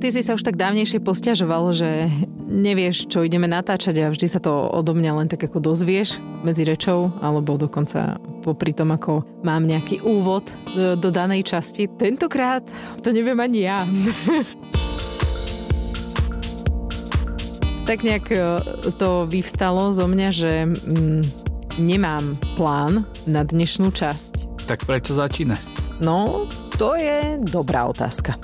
ty si sa už tak dávnejšie posťažoval, že nevieš, čo ideme natáčať a vždy sa to odo mňa len tak ako dozvieš medzi rečou, alebo dokonca popri tom, ako mám nejaký úvod e, do, do danej časti. Tentokrát to neviem ani ja. tak nejak e, to vyvstalo zo mňa, že mm, nemám plán na dnešnú časť. Tak prečo začínať? No, to je dobrá otázka.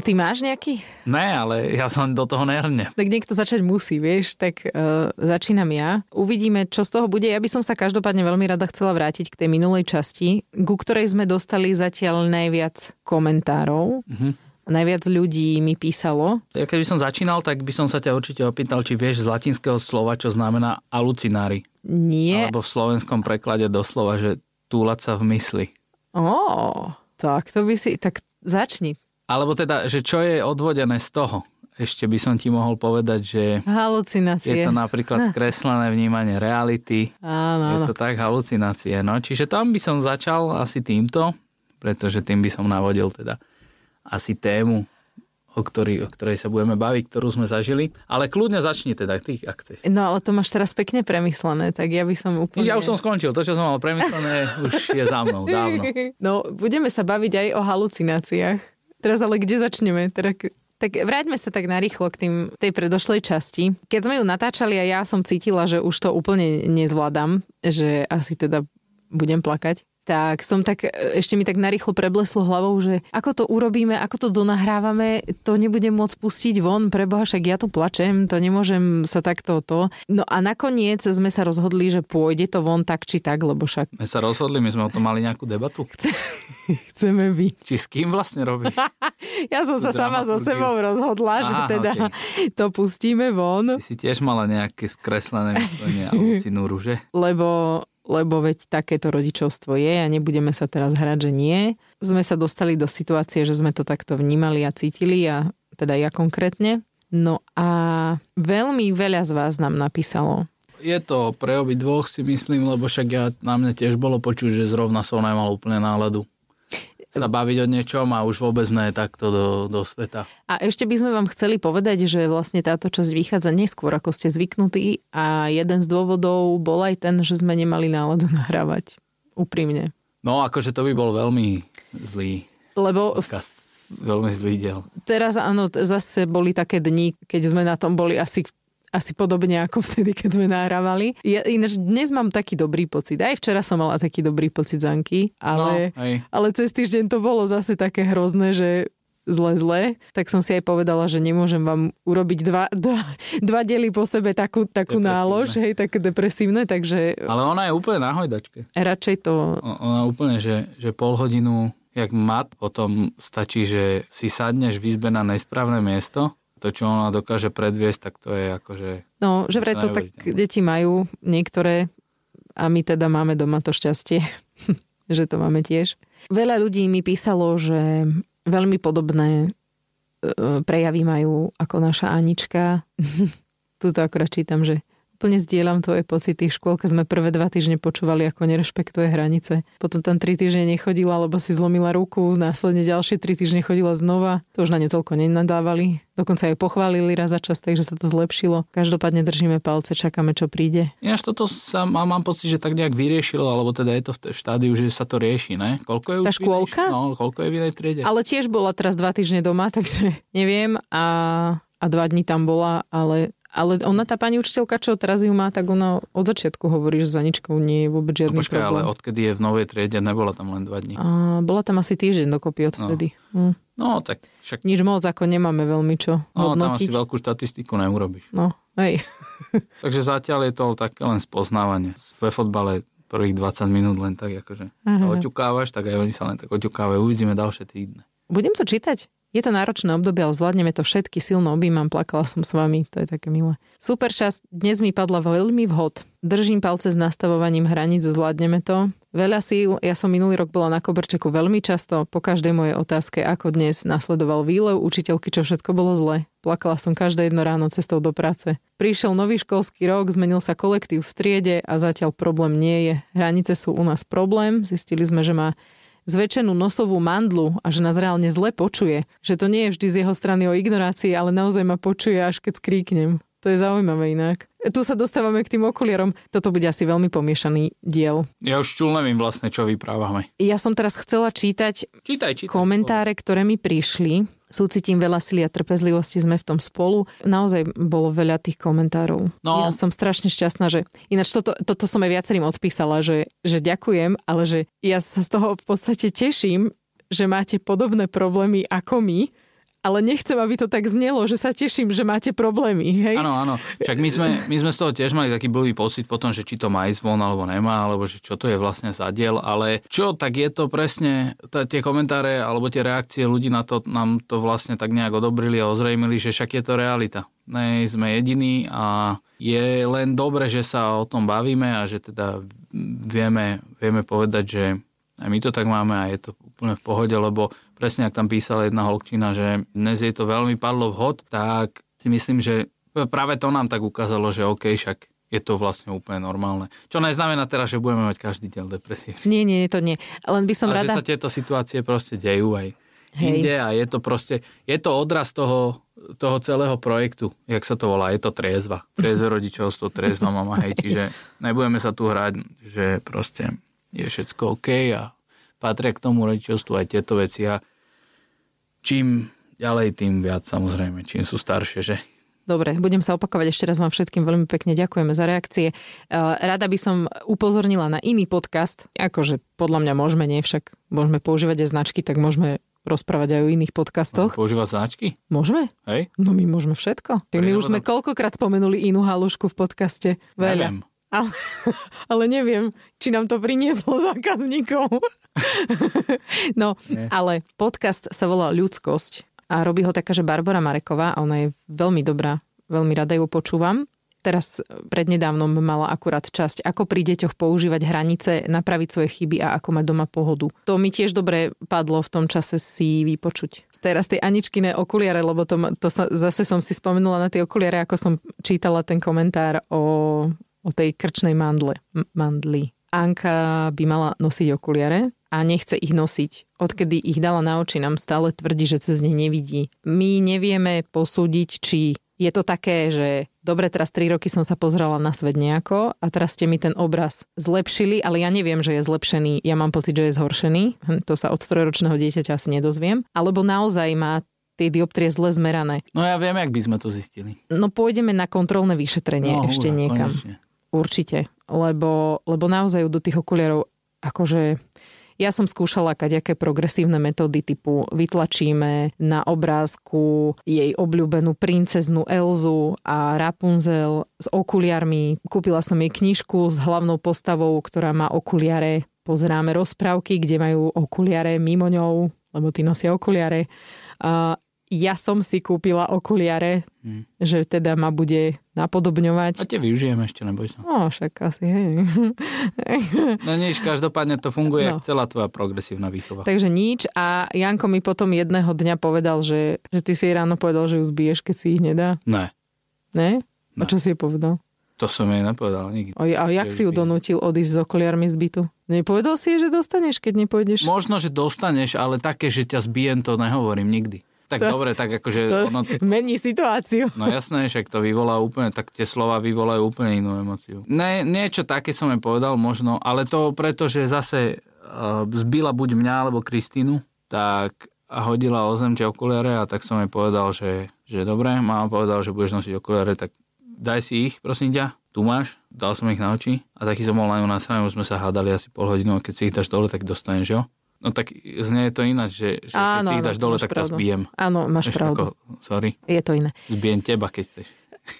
Ty máš nejaký? Ne, ale ja som do toho nehrne. Tak niekto začať musí, vieš, tak uh, začínam ja. Uvidíme, čo z toho bude. Ja by som sa každopádne veľmi rada chcela vrátiť k tej minulej časti, ku ktorej sme dostali zatiaľ najviac komentárov. Mhm. Uh-huh. Najviac ľudí mi písalo. Ja keby som začínal, tak by som sa ťa určite opýtal, či vieš z latinského slova, čo znamená alucinári. Nie. Alebo v slovenskom preklade doslova, že túlať sa v mysli. Ó, tak to by si... Tak začni. Alebo teda, že čo je odvodené z toho? Ešte by som ti mohol povedať, že je Halucinácie. to napríklad skreslené vnímanie reality. Áno, Je áno. to tak halucinácie. No, čiže tam by som začal asi týmto, pretože tým by som navodil teda asi tému, o, ktorý, o ktorej sa budeme baviť, ktorú sme zažili. Ale kľudne začni teda, ty, ak chceš. No ale to máš teraz pekne premyslené, tak ja by som úplne... Nič, ja už som skončil. To, čo som mal premyslené, už je za mnou dávno. No, budeme sa baviť aj o halucináciách. Teraz ale kde začneme? Teda, k- tak vráťme sa tak narýchlo k tým, tej predošlej časti. Keď sme ju natáčali a ja som cítila, že už to úplne nezvládam, že asi teda budem plakať, tak som tak, e, ešte mi tak narýchlo prebleslo hlavou, že ako to urobíme, ako to donahrávame, to nebudem môcť pustiť von, preboha, však ja tu plačem, to nemôžem sa takto to. No a nakoniec sme sa rozhodli, že pôjde to von tak či tak, lebo však My sa rozhodli, my sme o tom mali nejakú debatu. chceme byť Či s kým vlastne robíš? Ja som sa sama so dramaturgiu. sebou rozhodla, že Aha, teda to pustíme von, Ty si tiež mala nejaké skreslené myslenie a lucinúru, že? lebo, lebo veď takéto rodičovstvo je a nebudeme sa teraz hrať, že nie. Sme sa dostali do situácie, že sme to takto vnímali a cítili a teda ja konkrétne. No a veľmi veľa z vás nám napísalo. Je to pre obi dvoch si myslím, lebo však ja, na mne tiež bolo počuť, že zrovna som nemal úplne náladu sa baviť o niečom a už vôbec ne takto do, do sveta. A ešte by sme vám chceli povedať, že vlastne táto časť vychádza neskôr, ako ste zvyknutí a jeden z dôvodov bol aj ten, že sme nemali náladu nahrávať. Úprimne. No akože to by bol veľmi zlý Lebo podcast. Veľmi zlý diel. Teraz áno, t- zase boli také dni, keď sme na tom boli asi asi podobne ako vtedy, keď sme nahrávali. Ja, ináč dnes mám taký dobrý pocit. Aj včera som mala taký dobrý pocit z Anky, ale, No, hej. ale cez týždeň to bolo zase také hrozné, že zle, zle. Tak som si aj povedala, že nemôžem vám urobiť dva, dva, dva diely po sebe takú, takú Depresívne. nálož, hej, také depresívne, takže Ale ona je úplne na hojdačke. radšej to... O- Ona úplne, že, že pol hodinu jak mat, potom stačí, že si sadneš v izbe na nesprávne miesto. To, čo ona dokáže predviesť, tak to je akože... No, že vraj to tak Neuveriteľné. deti majú niektoré a my teda máme doma to šťastie, že to máme tiež. Veľa ľudí mi písalo, že veľmi podobné e, prejavy majú ako naša Anička. Tuto akorát čítam, že úplne zdieľam tvoje pocity. V škôlke sme prvé dva týždne počúvali, ako nerešpektuje hranice. Potom tam tri týždne nechodila, lebo si zlomila ruku. Následne ďalšie tri týždne chodila znova. To už na ňu toľko nenadávali. Dokonca ju pochválili raz za čas, takže sa to zlepšilo. Každopádne držíme palce, čakáme, čo príde. Ináč toto sa má, mám pocit, že tak nejak vyriešilo, alebo teda je to v t- v štádiu, že sa to rieši, ne? Koľko je už Tá v inej- škôlka? No, koľko je v inej triede? Ale tiež bola teraz dva týždne doma, takže neviem a, a dva dní tam bola, ale, ale ona, tá pani učiteľka, čo teraz ju má, tak ona od začiatku hovorí, že za ničkou nie je vôbec No žiadny počkaj, ale problém. odkedy je v novej triede, nebola tam len dva dní. A bola tam asi týždeň dokopy odvtedy. No. Hm. No, tak však Nič moc, ako nemáme veľmi čo no, tam hodnotiť. asi veľkú štatistiku neurobíš. No, hej. Takže zatiaľ je to také len spoznávanie. Ve fotbale prvých 20 minút len tak akože sa Aha. oťukávaš, tak aj oni sa len tak oťukávajú. Uvidíme ďalšie týdne. Budem to čítať. Je to náročné obdobie, ale zvládneme to všetky. Silno objímam, plakala som s vami. To je také milé. Super čas. Dnes mi padla veľmi vhod. Držím palce s nastavovaním hraníc, zvládneme to. Veľa síl. Ja som minulý rok bola na koberčeku veľmi často. Po každej mojej otázke, ako dnes, nasledoval výlev učiteľky, čo všetko bolo zle. Plakala som každé jedno ráno cestou do práce. Prišiel nový školský rok, zmenil sa kolektív v triede a zatiaľ problém nie je. Hranice sú u nás problém. Zistili sme, že má zväčšenú nosovú mandlu a že nás reálne zle počuje. Že to nie je vždy z jeho strany o ignorácii, ale naozaj ma počuje, až keď skríknem. To je zaujímavé inak. Tu sa dostávame k tým okuliarom. Toto bude asi veľmi pomiešaný diel. Ja už čul neviem vlastne, čo vyprávame. Ja som teraz chcela čítať Čítaj, čítaj. komentáre, ktoré mi prišli. Súcitím veľa sily a trpezlivosti, sme v tom spolu. Naozaj bolo veľa tých komentárov. No. Ja som strašne šťastná, že... Ináč toto, toto som aj viacerým odpísala, že, že ďakujem, ale že ja sa z toho v podstate teším, že máte podobné problémy ako my, ale nechcem, aby to tak znelo, že sa teším, že máte problémy. Hej? Áno, áno. Však my sme, my sme z toho tiež mali taký blbý pocit potom, že či to má ísť von alebo nemá, alebo že čo to je vlastne za diel, ale čo, tak je to presne, t- tie komentáre alebo tie reakcie ľudí na to nám to vlastne tak nejak odobrili a ozrejmili, že však je to realita. Ne, sme jediní a je len dobre, že sa o tom bavíme a že teda vieme, vieme povedať, že aj my to tak máme a je to úplne v pohode, lebo presne ak tam písala jedna holčina, že dnes jej to veľmi padlo vhod, tak si myslím, že práve to nám tak ukázalo, že OK, však je to vlastne úplne normálne. Čo neznamená teraz, že budeme mať každý deň depresie. Nie, nie, to nie. Len by som Ale že rada... sa tieto situácie proste dejú aj Hej. inde a je to proste, je to odraz toho, toho celého projektu, jak sa to volá, je to triezva. Triezve rodičovstvo, triezva mama, hej, čiže nebudeme sa tu hrať, že proste je všetko OK a patria k tomu rodičovstvu aj tieto veci a čím ďalej, tým viac samozrejme, čím sú staršie, že Dobre, budem sa opakovať ešte raz vám všetkým veľmi pekne ďakujeme za reakcie. Eh, Rada by som upozornila na iný podcast, akože podľa mňa môžeme, nie však môžeme používať aj značky, tak môžeme rozprávať aj o iných podcastoch. používať značky, Môžeme? hej? No my môžeme všetko. Tak my Prídeme už sme koľkokrát spomenuli inú halušku v podcaste. Veľa. Neviem. Ale, ale neviem, či nám to prinieslo zákazníkov. no, Nie. ale podcast sa volá Ľudskosť a robí ho taká, že Barbara Mareková, a ona je veľmi dobrá, veľmi rada ju počúvam. Teraz prednedávnom mala akurát časť, ako pri deťoch používať hranice, napraviť svoje chyby a ako mať doma pohodu. To mi tiež dobre padlo v tom čase si vypočuť. Teraz tie Aničkine okuliare, lebo to, ma- to sa, zase som si spomenula na tie okuliare, ako som čítala ten komentár o o tej krčnej mandle, m- mandli. Anka by mala nosiť okuliare a nechce ich nosiť. Odkedy ich dala na oči, nám stále tvrdí, že cez ne nevidí. My nevieme posúdiť, či je to také, že dobre, teraz 3 roky som sa pozrela na svet nejako a teraz ste mi ten obraz zlepšili, ale ja neviem, že je zlepšený. Ja mám pocit, že je zhoršený. Hm, To sa od trojročného dieťaťa asi nedozviem. Alebo naozaj má tie dioptrie zle zmerané. No ja viem, jak by sme to zistili. No pôjdeme na kontrolné vyšetrenie no, ešte hurá, niekam. Konečne. Určite, lebo, lebo naozaj do tých okuliarov, akože ja som skúšala kaďaké progresívne metódy typu vytlačíme na obrázku jej obľúbenú princeznú Elzu a Rapunzel s okuliarmi. Kúpila som jej knižku s hlavnou postavou, ktorá má okuliare. Pozeráme rozprávky, kde majú okuliare mimo ňou, lebo tí nosia okuliare. A ja som si kúpila okuliare, Hm. že teda ma bude napodobňovať. A tie využijeme ešte, neboj sa. No, však asi, hej. No nič, každopádne to funguje No. no. celá tvoja progresívna výchova. Takže nič a Janko mi potom jedného dňa povedal, že, že ty si jej ráno povedal, že ju zbiješ, keď si ich nedá. Ne, Ne? A Ne. čo si jej povedal? to som jej nepovedal nikdy. A, a jak No. Že ju si ju zbijem. donútil odísť s okuliarmi z bytu? Nepovedal si jej, že dostaneš, keď nepôjdeš? Možno, že dostaneš, ale také, že ťa zbijem, to nehovorím nikdy. Tak To- dobre, tak akože To ono... mení situáciu. No jasné, však to vyvolá úplne, tak tie slova vyvolajú úplne inú emociu. Ne, niečo také som jej povedal možno, ale to preto, že zase uh, zbila buď mňa alebo Kristínu, tak a hodila o zem tie okuliare a tak som jej povedal, že, že dobre, mama povedal, že budeš nosiť okuliare, tak daj si ich, prosím ťa, tu máš, dal som ich na oči a taký som bol na ňu nasraný, už sme sa hádali asi pol hodinu, a keď si ich dáš dole, tak dostaneš, jo? No tak znie to ináč, že, že keď si ich dáš to dole, máš tak ťa pravdu. zbijem. Áno, máš Vieš, pravdu. sorry, Je to iné. zbijem teba, keď chceš.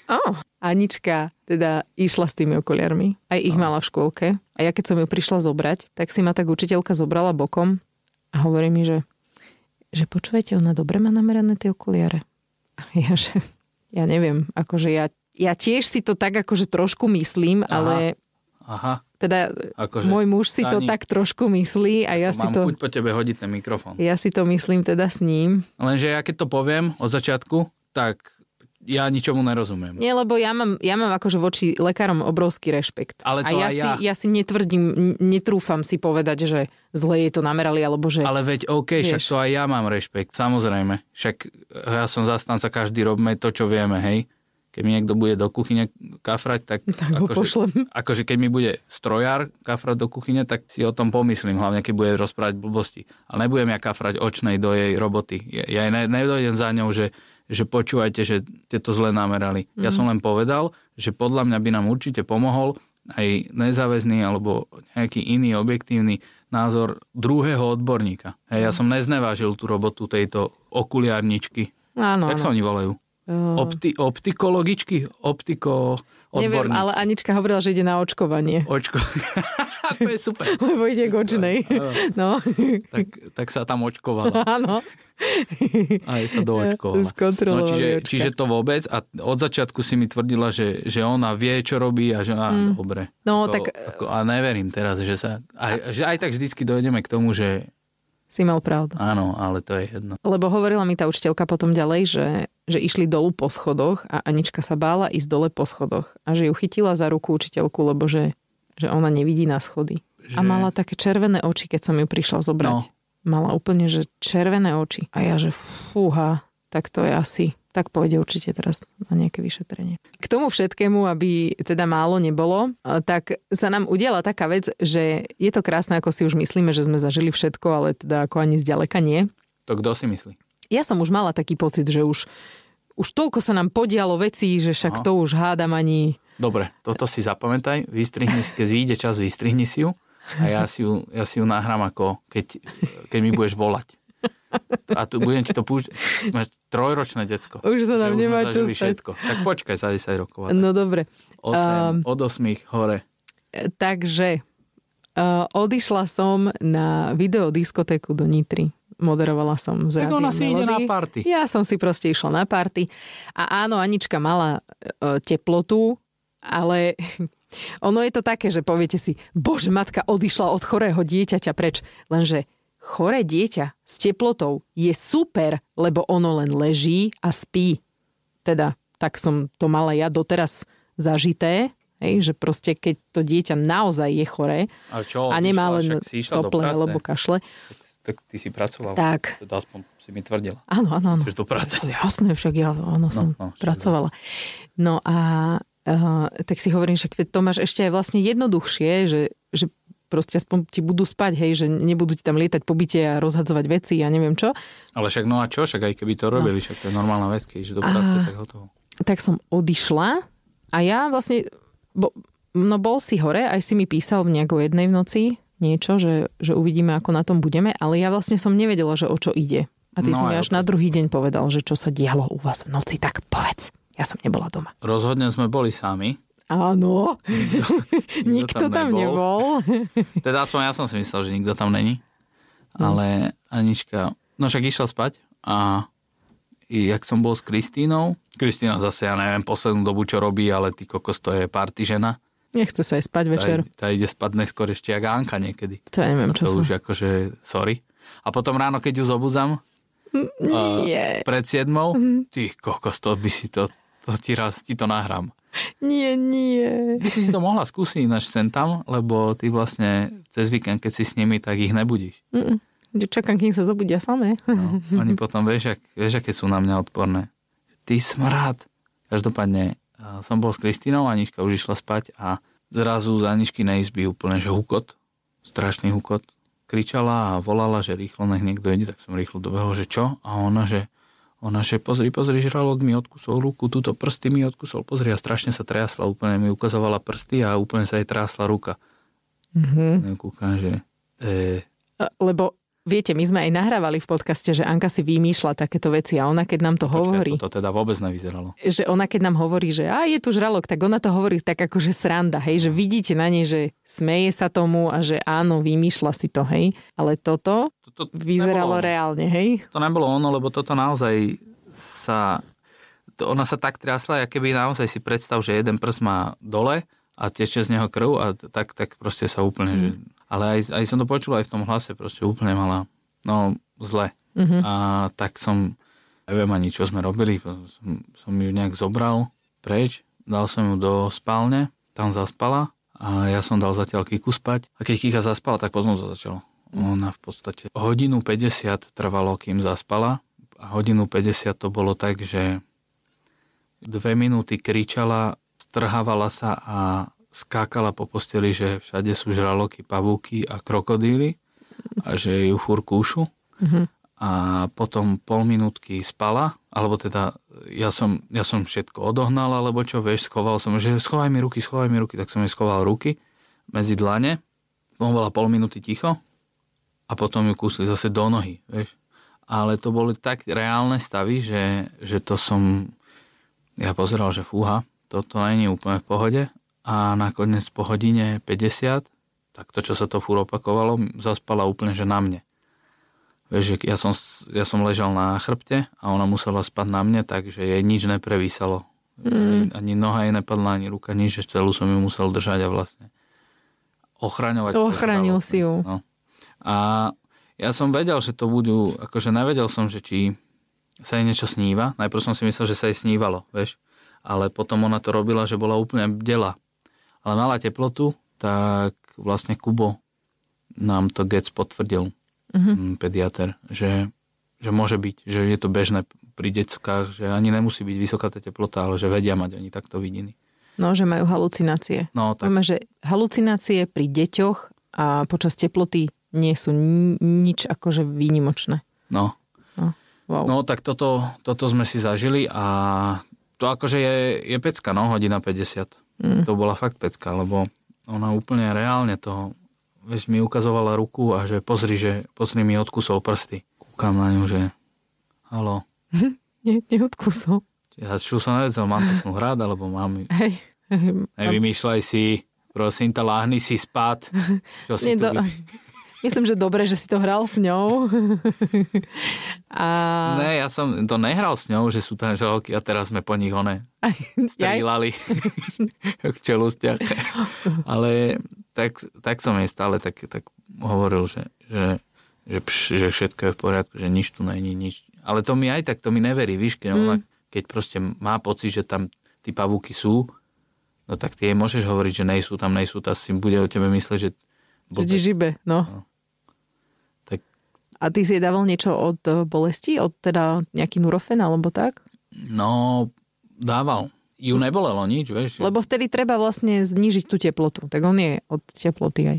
Oh. Anička teda išla s tými okuliarmi. Aj ich mala v škôlke. A ja keď som ju prišla zobrať, tak si ma tak učiteľka zobrala bokom a hovorí mi, že, že počujete, ona dobre má namerané tie okuliare. A ja, že ja neviem, akože ja, ja tiež si to tak akože trošku myslím, Aha. ale Aha, teda akože... môj muž si to Dani, tak trošku myslí a ja si Mám to, chuť po tebe hodiť ten mikrofón. ja si to myslím teda s ním. Lenže ja keď to poviem od začiatku, tak ja ničomu nerozumiem. Nie, lebo ja mám, ja mám akože voči lekárom obrovský rešpekt. Ale a to ja, aj si, ja. ja si netvrdím, n- netrúfam si povedať, že zle je to namerali, alebo že... Ale veď OK, však Vieš. to aj ja mám rešpekt, samozrejme. Však eh, ja som zastanca, každý robme to, čo vieme, hej. Keď mi niekto bude do kuchyne kafrať, tak, Tak ho pošlem. akože keď mi bude strojár kafrať do kuchyne, tak si o tom pomyslím, hlavne keď bude rozprávať blbosti. Ale nebudem ja kafrať očnej do jej roboty. Ja, ja jej ne, nedojdem za ňou, že, že počúvajte, že ste to zle namerali. Mm-hmm. Mhm. Ja som len povedal, že podľa mňa by nám určite pomohol aj nezáväzný alebo nejaký iný objektívny názor druhého odborníka. Mhm. Hej, ja som neznevážil tú robotu tejto okuliarničky. Áno, No, Jak áno. sa oni volajú? Eh, Opti, optikologičky? Optiko... Neviem, odborníčky. ale Anička hovorila, že ide na očkovanie. Očko. to je super. Lebo ide k očnej. Áno. No, Tak, tak sa tam očkovala. áno. Aj sa doočkovala. Skontrolovali No, čiže, očka. čiže to vôbec. A od začiatku si mi tvrdila, že, že ona vie, čo robí a že á, mm. dobre. No, Ako- tak- Ako, a neverím teraz, že sa... Aj, že aj tak vždycky dojdeme k tomu, že Si mal pravdu. áno, ale to je jedno. Lebo hovorila mi tá učiteľka potom ďalej, že, že išli dolu po schodoch a Anička sa bála ísť dole po schodoch a že ju chytila za ruku učiteľku, lebo že, že ona nevidí na schody. Že... A Že- mala také červené oči, keď som ju prišla zobrať. No. No. Mala úplne, že červené oči. A ja, že fúha, tak to je asi tak pôjde určite teraz na nejaké vyšetrenie. K tomu všetkému, aby teda málo nebolo, eh, tak sa nám udiala taká vec, že je to krásne, ako si už myslíme, že sme zažili všetko, ale teda ako ani zďaleka nie To kto si myslí? ja som už mala taký pocit, že už, už toľko sa nám podialo vecí, že však Aha. to už hádam ani... Dobre, toto si zapamätaj, vystrihni si, keď vyjde čas, vystrihni si ju a ja si ju, ja si ju nahrám ako, keď, keď mi budeš volať. A tu budem ti to púšť. Máš trojročné decko. Už sa nám Že už nemá sme čo zažili stať. všetko. Tak počkaj za 10 rokov. No, No dobre. 8, od 8 hore. E, Takže e, odišla som na videodiskotéku do Nitry. Moderovala som z Tak Rádia ona si ide na Melody. party. Ja som si proste išla na party. A áno, Anička mala e, teplotu, ale ono je to také, že poviete si, bože, matka odišla od chorého dieťaťa preč. Lenže choré dieťa s teplotou je super, lebo ono len leží a spí. Teda, tak som to mala ja doteraz zažité, hej, že proste keď to dieťa naozaj je choré A čo? a nemá No, išla, len však si išla do sople práce. alebo kašle, Tak, tak ty si pracoval. tak Teda aspoň si mi tvrdila. áno, áno, áno. Že do práce. Jasné, však ja áno, som no, no, však pracovala. No a uh, tak si hovorím, však veď to máš ešte aj vlastne jednoduchšie, že, že proste aspoň ti budú spať, hej, že nebudú ti tam lietať po byte a rozhadzovať veci a neviem čo. Ale však no a čo? Však aj keby to No. robili, však to je normálna vec, keď ideš do práce, A- tak hotovo. Tak som odišla a ja vlastne, bo, no bol si hore, aj si mi písal v nejako jednej v noci niečo, že, že uvidíme, ako na tom budeme, ale ja vlastne som nevedela, že o čo ide. A ty No no si mi aj až na druhý deň povedal, že čo sa dialo u vás v noci, tak povedz. Ja som nebola doma. Rozhodne sme boli sami. Áno, nikto tam tam nebol. Teda aspoň ja som si myslel, že nikto tam není. Ale Anička, no však išla spať a i jak som bol s Kristínou, Kristína zase, ja neviem, poslednú dobu, čo robí, ale ty kokos, to je party žena. Nechce sa aj spať Tá, večer. tá ide spať neskôr ešte jak Anka niekedy. To ja neviem, čo To som. už akože, sorry. A potom ráno, keď ju zobudzam, Mm, Nie, Mhm. pred siedmou, ty kokos, to by si to, to ti raz, ti to nahrám. nie, nie. By si si to mohla skúsiť naš sem tam, lebo ty vlastne cez víkend, keď si s nimi, tak ich nebudíš. Mm, mm. Čakám, kým sa zobudia samé. No, oni potom, vieš, ak, vieš, aké sú na mňa odporné. Ty smrad. Každopádne, a som bol s Kristínou, Anička už išla spať a zrazu z Aničky na izby úplne, že hukot, strašný hukot. Kričala a volala, že rýchlo nech niekto ide, tak som rýchlo dobehol, že čo? A ona, že ona, že pozri, pozri, žralok mi odkusol ruku, túto prsty mi odkusol, pozri a strašne sa triasla, úplne mi ukazovala prsty a úplne sa jej trásla ruka. Mhm. Ja kúkam, že e, Lebo viete, my sme aj nahrávali v podcaste, že Anka si vymýšľa takéto veci a ona, keď nám to hovorí, počkaj, toto teda vôbec nevyzeralo. že ona keď nám hovorí, že a je tu žralok, tak ona to hovorí tak ako, že sranda, hej, že vidíte na nej, že smeje sa tomu a že áno, vymýšľa si to, hej. Ale toto Toto vyzeralo nebolo- reálne, hej. To nebolo ono, lebo toto naozaj sa... To ona sa tak triasla, aké by naozaj si predstav, že jeden prst má dole a teče z neho krv a t- tak, tak proste sa úplne... Mm. Že, ale aj, aj som to počul aj v tom hlase, proste úplne mala... No, zle. Mhm. A tak som... neviem ani, čo sme robili. Som, som ju nejak zobral preč, dal som ju do spálne, tam zaspala a ja som dal zatiaľ Kiku spať. A keď Kika zaspala, tak potom to začalo. Ona v podstate hodinu 50 trvalo, kým zaspala. A hodinu 50 to bolo tak, že dve minúty kričala, strhávala sa a skákala po posteli, že všade sú žraloky, pavúky a krokodíly a že ju fur kúšu. Mhm. A potom pol minútky spala, alebo teda ja som, ja som všetko odohnal, alebo čo, vieš, schoval som, že schovaj mi ruky, schovaj mi ruky, tak som jej schoval ruky medzi dlane, on bola pol minúty ticho a potom ju kúsli zase do nohy, vieš. Ale to boli tak reálne stavy, že, že to som, ja pozeral, že fúha, toto není úplne v pohode a nakoniec po hodine 50, tak to, čo sa to fúr opakovalo, zaspala úplne, že na mne. Vieš, že ja som, ja som ležal na chrbte a ona musela spať na mne, takže jej nič neprevísalo. Mm. Ani noha jej nepadla, ani ruka, nič, že celú som ju musel držať a vlastne ochraňovať. To ochránil to zdravotné. si ju. No. A ja som vedel, že to budú, akože nevedel som, že či sa jej niečo sníva. Najprv som si myslel, že sa jej snívalo, vieš. Ale potom ona to robila, že bola úplne bdela. Ale mala teplotu, tak vlastne Kubo nám to Gec potvrdil, mm pediater, že, že môže byť, že je to bežné pri deckách, že ani nemusí byť vysoká tá teplota, ale že vedia mať oni takto vidiny. No, že majú halucinácie. No tak, Vieme, že halucinácie pri deťoch a počas teploty nie sú ni- nič akože výnimočné. no. Wow. No. No tak toto, toto sme si zažili a to akože je, je pecka, no, hodina 50. Mm. To bola fakt pecka, lebo ona úplne reálne to, vieš, mi ukazovala ruku a že pozri, že pozri mi odkusol prsty. Kúkam na ňu, že halo, Ne, neodkusol. ja čo sa nevedel, mám to snú rád, alebo mám, Hej. nevymýšľaj si, prosím ta láhni si spad, čo si tu... Nedo... vy- Myslím, že dobre, že si to hral s ňou. a... Ne, ja som to nehral s ňou, že sú tam žraloky a teraz sme po nich one Aj, jaj. strieľali v čelustiach. Ale tak, tak som jej stále tak, tak hovoril, že, že, že, pš, že všetko je v poriadku, že nič tu není, nič. Ale to mi aj tak, to mi neverí, víš, keď, Mm. ona, keď proste má pocit, že tam tí pavúky sú, no tak ty jej môžeš hovoriť, že nejsú tam, nejsú, tá si bude o tebe mysleť, že Že ti blbec. žibe, no. No. Tak- A ty si jej dával niečo od e, bolesti? Od teda nejaký nurofen alebo tak? No, dával. Ju nebolelo nič, vieš. Lebo vtedy treba vlastne znižiť tú teplotu. Tak on je od teploty aj.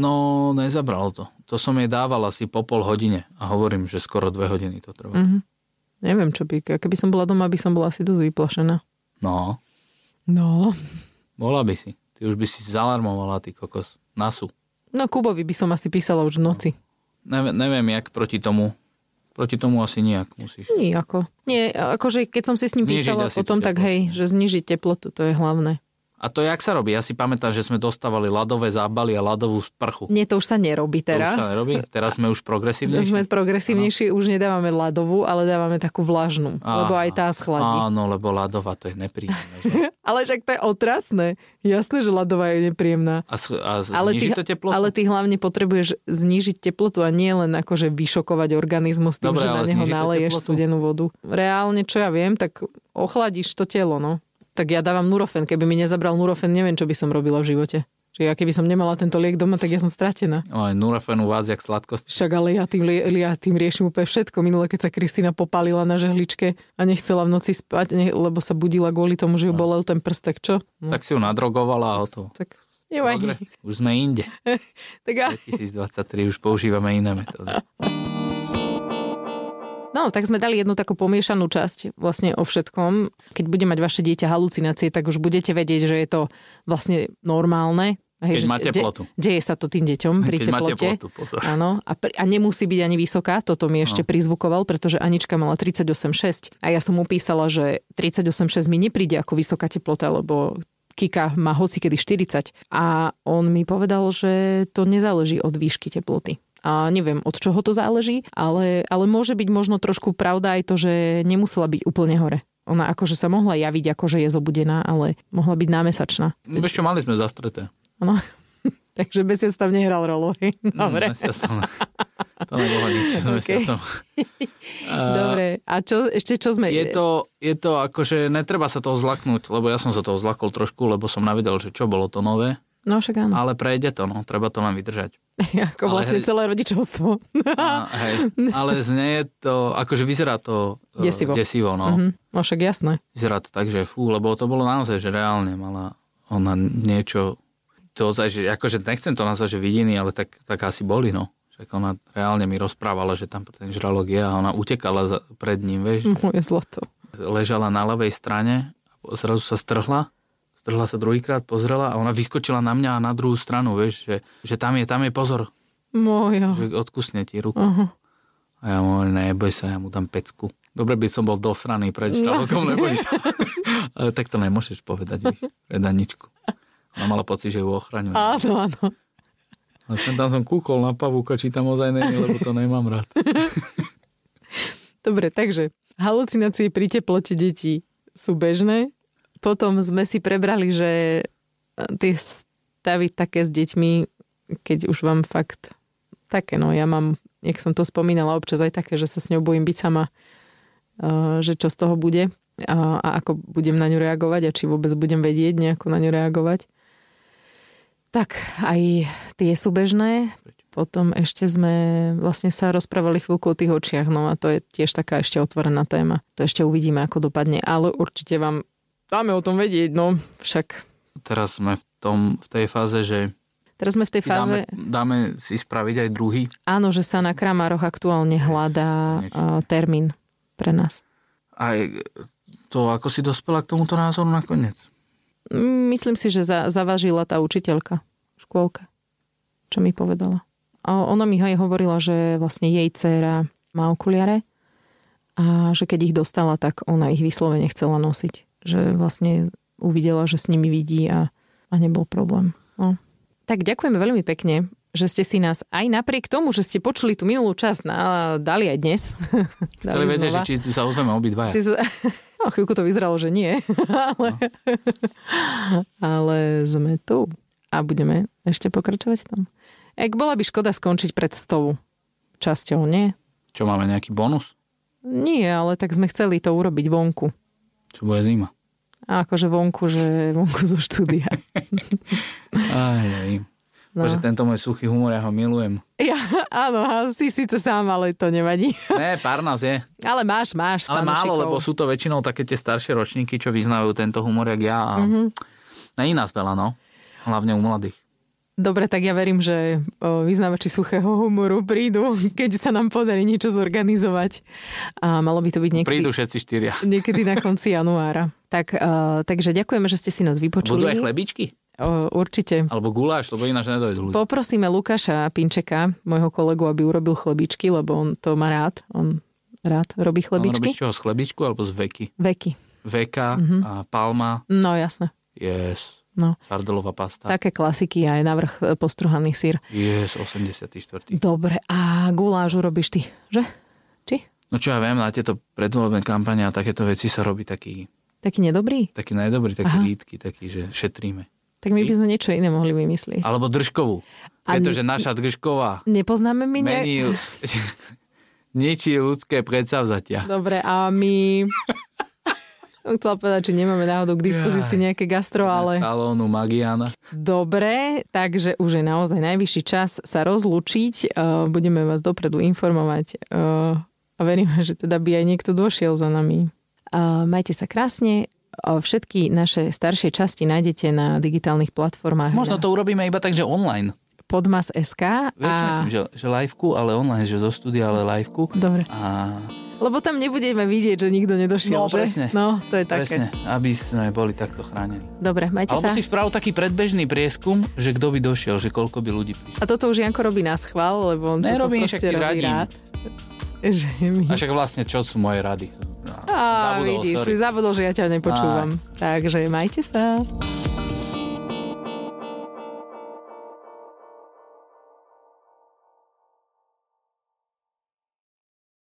No, nezabralo to. To som jej dával asi po pol hodine a hovorím, že skoro dve hodiny to trvá. Mm. Neviem, čo by... Keby som bola doma, by som bola asi dosť vyplašená. No, No. bola by si. Ty už by si zalarmovala, ty kokos. Nasu. No Kubovi by som asi písala už v noci. Neviem, neviem, jak proti tomu. Proti tomu asi nejak musíš. Nie, ako. Nie, akože keď som si s ním Znižiť písala asi tú potom, tak teplotu, hej, že znižiť teplotu, to je hlavné. A to jak sa robí? Ja si pamätám, že sme dostávali ľadové zábaly a ľadovú sprchu. Nie, to už sa nerobí To už sa teraz. nerobí? Teraz sme už Teraz progresívnejší? sme progresívnejší, už nedávame ľadovú, ale dávame takú vlažnú, Á, lebo aj tá schladí. Áno, lebo ľadová to je nepríjemné. že? Ale však to je otrasné. Jasné, že ľadová je nepríjemná. A, sch- a Ale ty- zniží to teplotu? Ale ty hlavne potrebuješ znižiť teplotu a nie len akože vyšokovať organizmus tým, že Dobre, na ale neho znižiť to naleješ teplotu? studenú vodu. Reálne, čo ja viem, tak ochladíš to telo, no. Tak ja dávam Nurofen. Keby mi nezabral Nurofen, neviem, čo by som robila v živote. Čiže ja keby som nemala tento liek doma, tak ja som stratená. Oj, Nurofen u vás jak sladkosti. Však ale ja tým, li- ja tým riešim úplne všetko. Minule, keď sa Kristýna popálila na žehličke a nechcela v noci spať, ne, lebo sa budila kvôli tomu, že ju bolel ten prst, tak čo? No, No. Tak si ju nadrogovala a hotovo. No, tak nevadí. Dobre, už sme inde. Tak a... 2023 už používame iné metódy. No, tak sme dali jednu takú pomiešanú časť vlastne o všetkom. Keď bude mať vaše dieťa halucinácie, tak už budete vedieť, že je to vlastne normálne. Keď že má de- teplotu. Deje sa to tým deťom pri Keď má teplote. teplotu, pozor. Áno, a, pri, a nemusí byť ani vysoká, toto mi ešte no. prizvukoval, pretože Anička mala 38,6 a ja som mu písala, že 38,6 mi nepríde ako vysoká teplota, lebo Kika má hocikedy 40 a on mi povedal, že to nezáleží od výšky teploty. A neviem, od čoho to záleží, ale, ale môže byť možno trošku pravda aj to, že nemusela byť úplne hore. Ona akože sa mohla No javiť, akože je zobudená, ale mohla byť námesačná. Vieš čo, mali sme zastreté. Áno. Takže mesiac tam nehral rolu. hej? Mm, No, Dobre. Mesiac to, to nebolo nič s Ok. mesiacom. Dobre. A čo, ešte čo sme... Je to, je to akože, netreba sa toho zlaknúť, lebo ja som sa toho zlakol trošku, lebo som navidel, že čo bolo to nové, No však áno. ale prejde to, no, treba to len vydržať. Ako ale vlastne hej. celé rodičovstvo. A, hej, ale znie to, akože vyzerá to e, Desivo. desivo no. Mhm. No však jasné. Vyzerá to tak, že fú, lebo to bolo naozaj, že reálne mala ona niečo, to ozaj, že akože nechcem to nazvať, že vidiny, ale tak, tak asi boli, no. Však ona reálne mi rozprávala, že tam ten žralok je a ona utekala za, pred ním, vieš, Moje zlato. ležala na ľavej strane a po- zrazu sa strhla, strhla sa druhýkrát, pozrela a ona vyskočila na mňa a na druhú stranu, vieš, že, že tam je, tam je pozor, Moja. že odkusne ti ruku. Aha. A ja mu hovorím, neboj sa, ja mu dám pecku. Dobre by som bol dosraný pred No. štralokom, neboj sa. Ale tak to nemôžeš povedať, víš, pred Aničku. Ona mala pocit, že ju ochraňuje. A Áno, áno. sem tam som kúkol na pavúka, či tam ozaj není, lebo to nemám rád. Dobre, takže halucinácie pri teplote detí sú bežné. Potom sme si prebrali, že e, tie stavy také s deťmi, keď už vám fakt také, no ja mám, jak som to spomínala, občas aj také, že sa s ňou bojím byť sama, eh, že čo z toho bude a, a ako budem na ňu reagovať a či vôbec budem vedieť nejako na ňu reagovať. Tak, aj tie sú bežné. Potom ešte sme vlastne sa rozprávali chvíľku o tých očiach, no a to je tiež taká ešte otvorená téma. To ešte uvidíme, ako dopadne, ale určite vám dáme o tom vedieť, no však. Teraz sme v, tom, v tej fáze, že Teraz sme v tej si fáze, dáme, dáme si spraviť aj druhý. áno, že sa na Kramároch aktuálne hľadá Niečo. a, termín pre nás. Aj to, ako si dospela k tomuto názoru nakoniec. Mm, Myslím si, že za, zavažila tá učiteľka v škôlke, čo mi povedala. A ona mi aj hovorila, že vlastne jej dcéra má okuliare a že keď ich dostala, tak ona ich vyslovene chcela nosiť. Že vlastne uvidela, že s nimi vidí a, a nebol problém. No. Tak ďakujeme veľmi pekne, že ste si nás aj napriek tomu, že ste počuli tú minulú časť, na, dali aj dnes. Chceli Dali vedieť, že znova. či sa ozveme obidvaja. Či sa... No, chvíľku to vyzeralo, že nie, ale... No. ale sme tu a budeme ešte pokračovať tam. Ak bola by škoda skončiť pred stovou časťou, nie? Čo máme nejaký bonus? Nie, ale tak sme chceli to urobiť vonku. Čo bude zima? A akože vonku, že vonku zo štúdia. Aj, aj. No. No. Bože, tento môj suchý humor, ja ho milujem. Ja, áno, a si síce sám, ale to nevadí. Ne, pár nás je. Ale máš, máš. Ale málo, fanúšikov. lebo sú to väčšinou také tie staršie ročníky, čo vyznajú tento humor, jak ja. A... Mm-hmm. Mhm. Není nás veľa, no. Hlavne u mladých. Dobre, tak ja verím, že o, vyznávači suchého humoru prídu, keď sa nám podarí niečo zorganizovať. A malo by to byť niekedy, Prídu všetci štyria. niekedy na konci januára. Tak, uh, takže ďakujeme, že ste si nás Budú aj vypočuli. chlebičky? Uh, určite. Alebo guláš, lebo ináč nedojdu ľudia. Poprosíme Lukáša Pinčeka, môjho kolegu, aby urobil chlebičky, lebo on to má rád. On rád robí On robí chlebičky. Mhm. z čoho? Z chlebičku alebo z veky? Veky. Veka mm-hmm. a palma. No jasné. Yes. No. Sardelová pasta. Také klasiky aj navrh e, postruhaný sír. Yes, 84. Dobre, a guláš urobíš ty, že? Či? No čo ja viem, na tieto predvolebné kampane a takéto veci sa robí taký, Taký nedobrý? taký najdobrý, taký Aha. rýtky, taký, že šetríme. Tak my by sme niečo iné mohli vymyslieť. Alebo držkovú. A- Pretože naša držková Nepoznáme my ne... mení, ničí ľudské predsavzatia. Dobre, a my... Som chcela povedať, že nemáme náhodou k dispozícii Jaj. nejaké gastro, ale Stalónu Magiana. dobre, takže už je naozaj najvyšší čas sa rozlúčiť. Eh, Budeme vás dopredu informovať eh, a veríme, že teda by aj niekto došiel za nami. Eh, Majte sa krásne. Eh, Všetky naše staršie časti nájdete na digitálnych platformách Možno na to urobíme iba tak, že online. podmas.sk Vieš, čo a... myslím, že, že liveku, ale online, že zo štúdia, ale liveku. Dobre. A Lebo tam nebudeme vidieť, že nikto nedošiel, No, že? presne. No, to je také. presne, aby sme boli takto chránení. Dobre, majte Alebo sa. si sprav taký predbežný prieskum, že kto by došiel, že koľko by ľudí A prišlo. toto už Janko robí na schvál, lebo on Nerobím, toto však proste ti robí radím. rád. Že my... A však vlastne, čo sú moje rady? Á, Zabudol, vidíš, si sorry. zabudol, že ja ťa nepočúvam. Takže majte sa.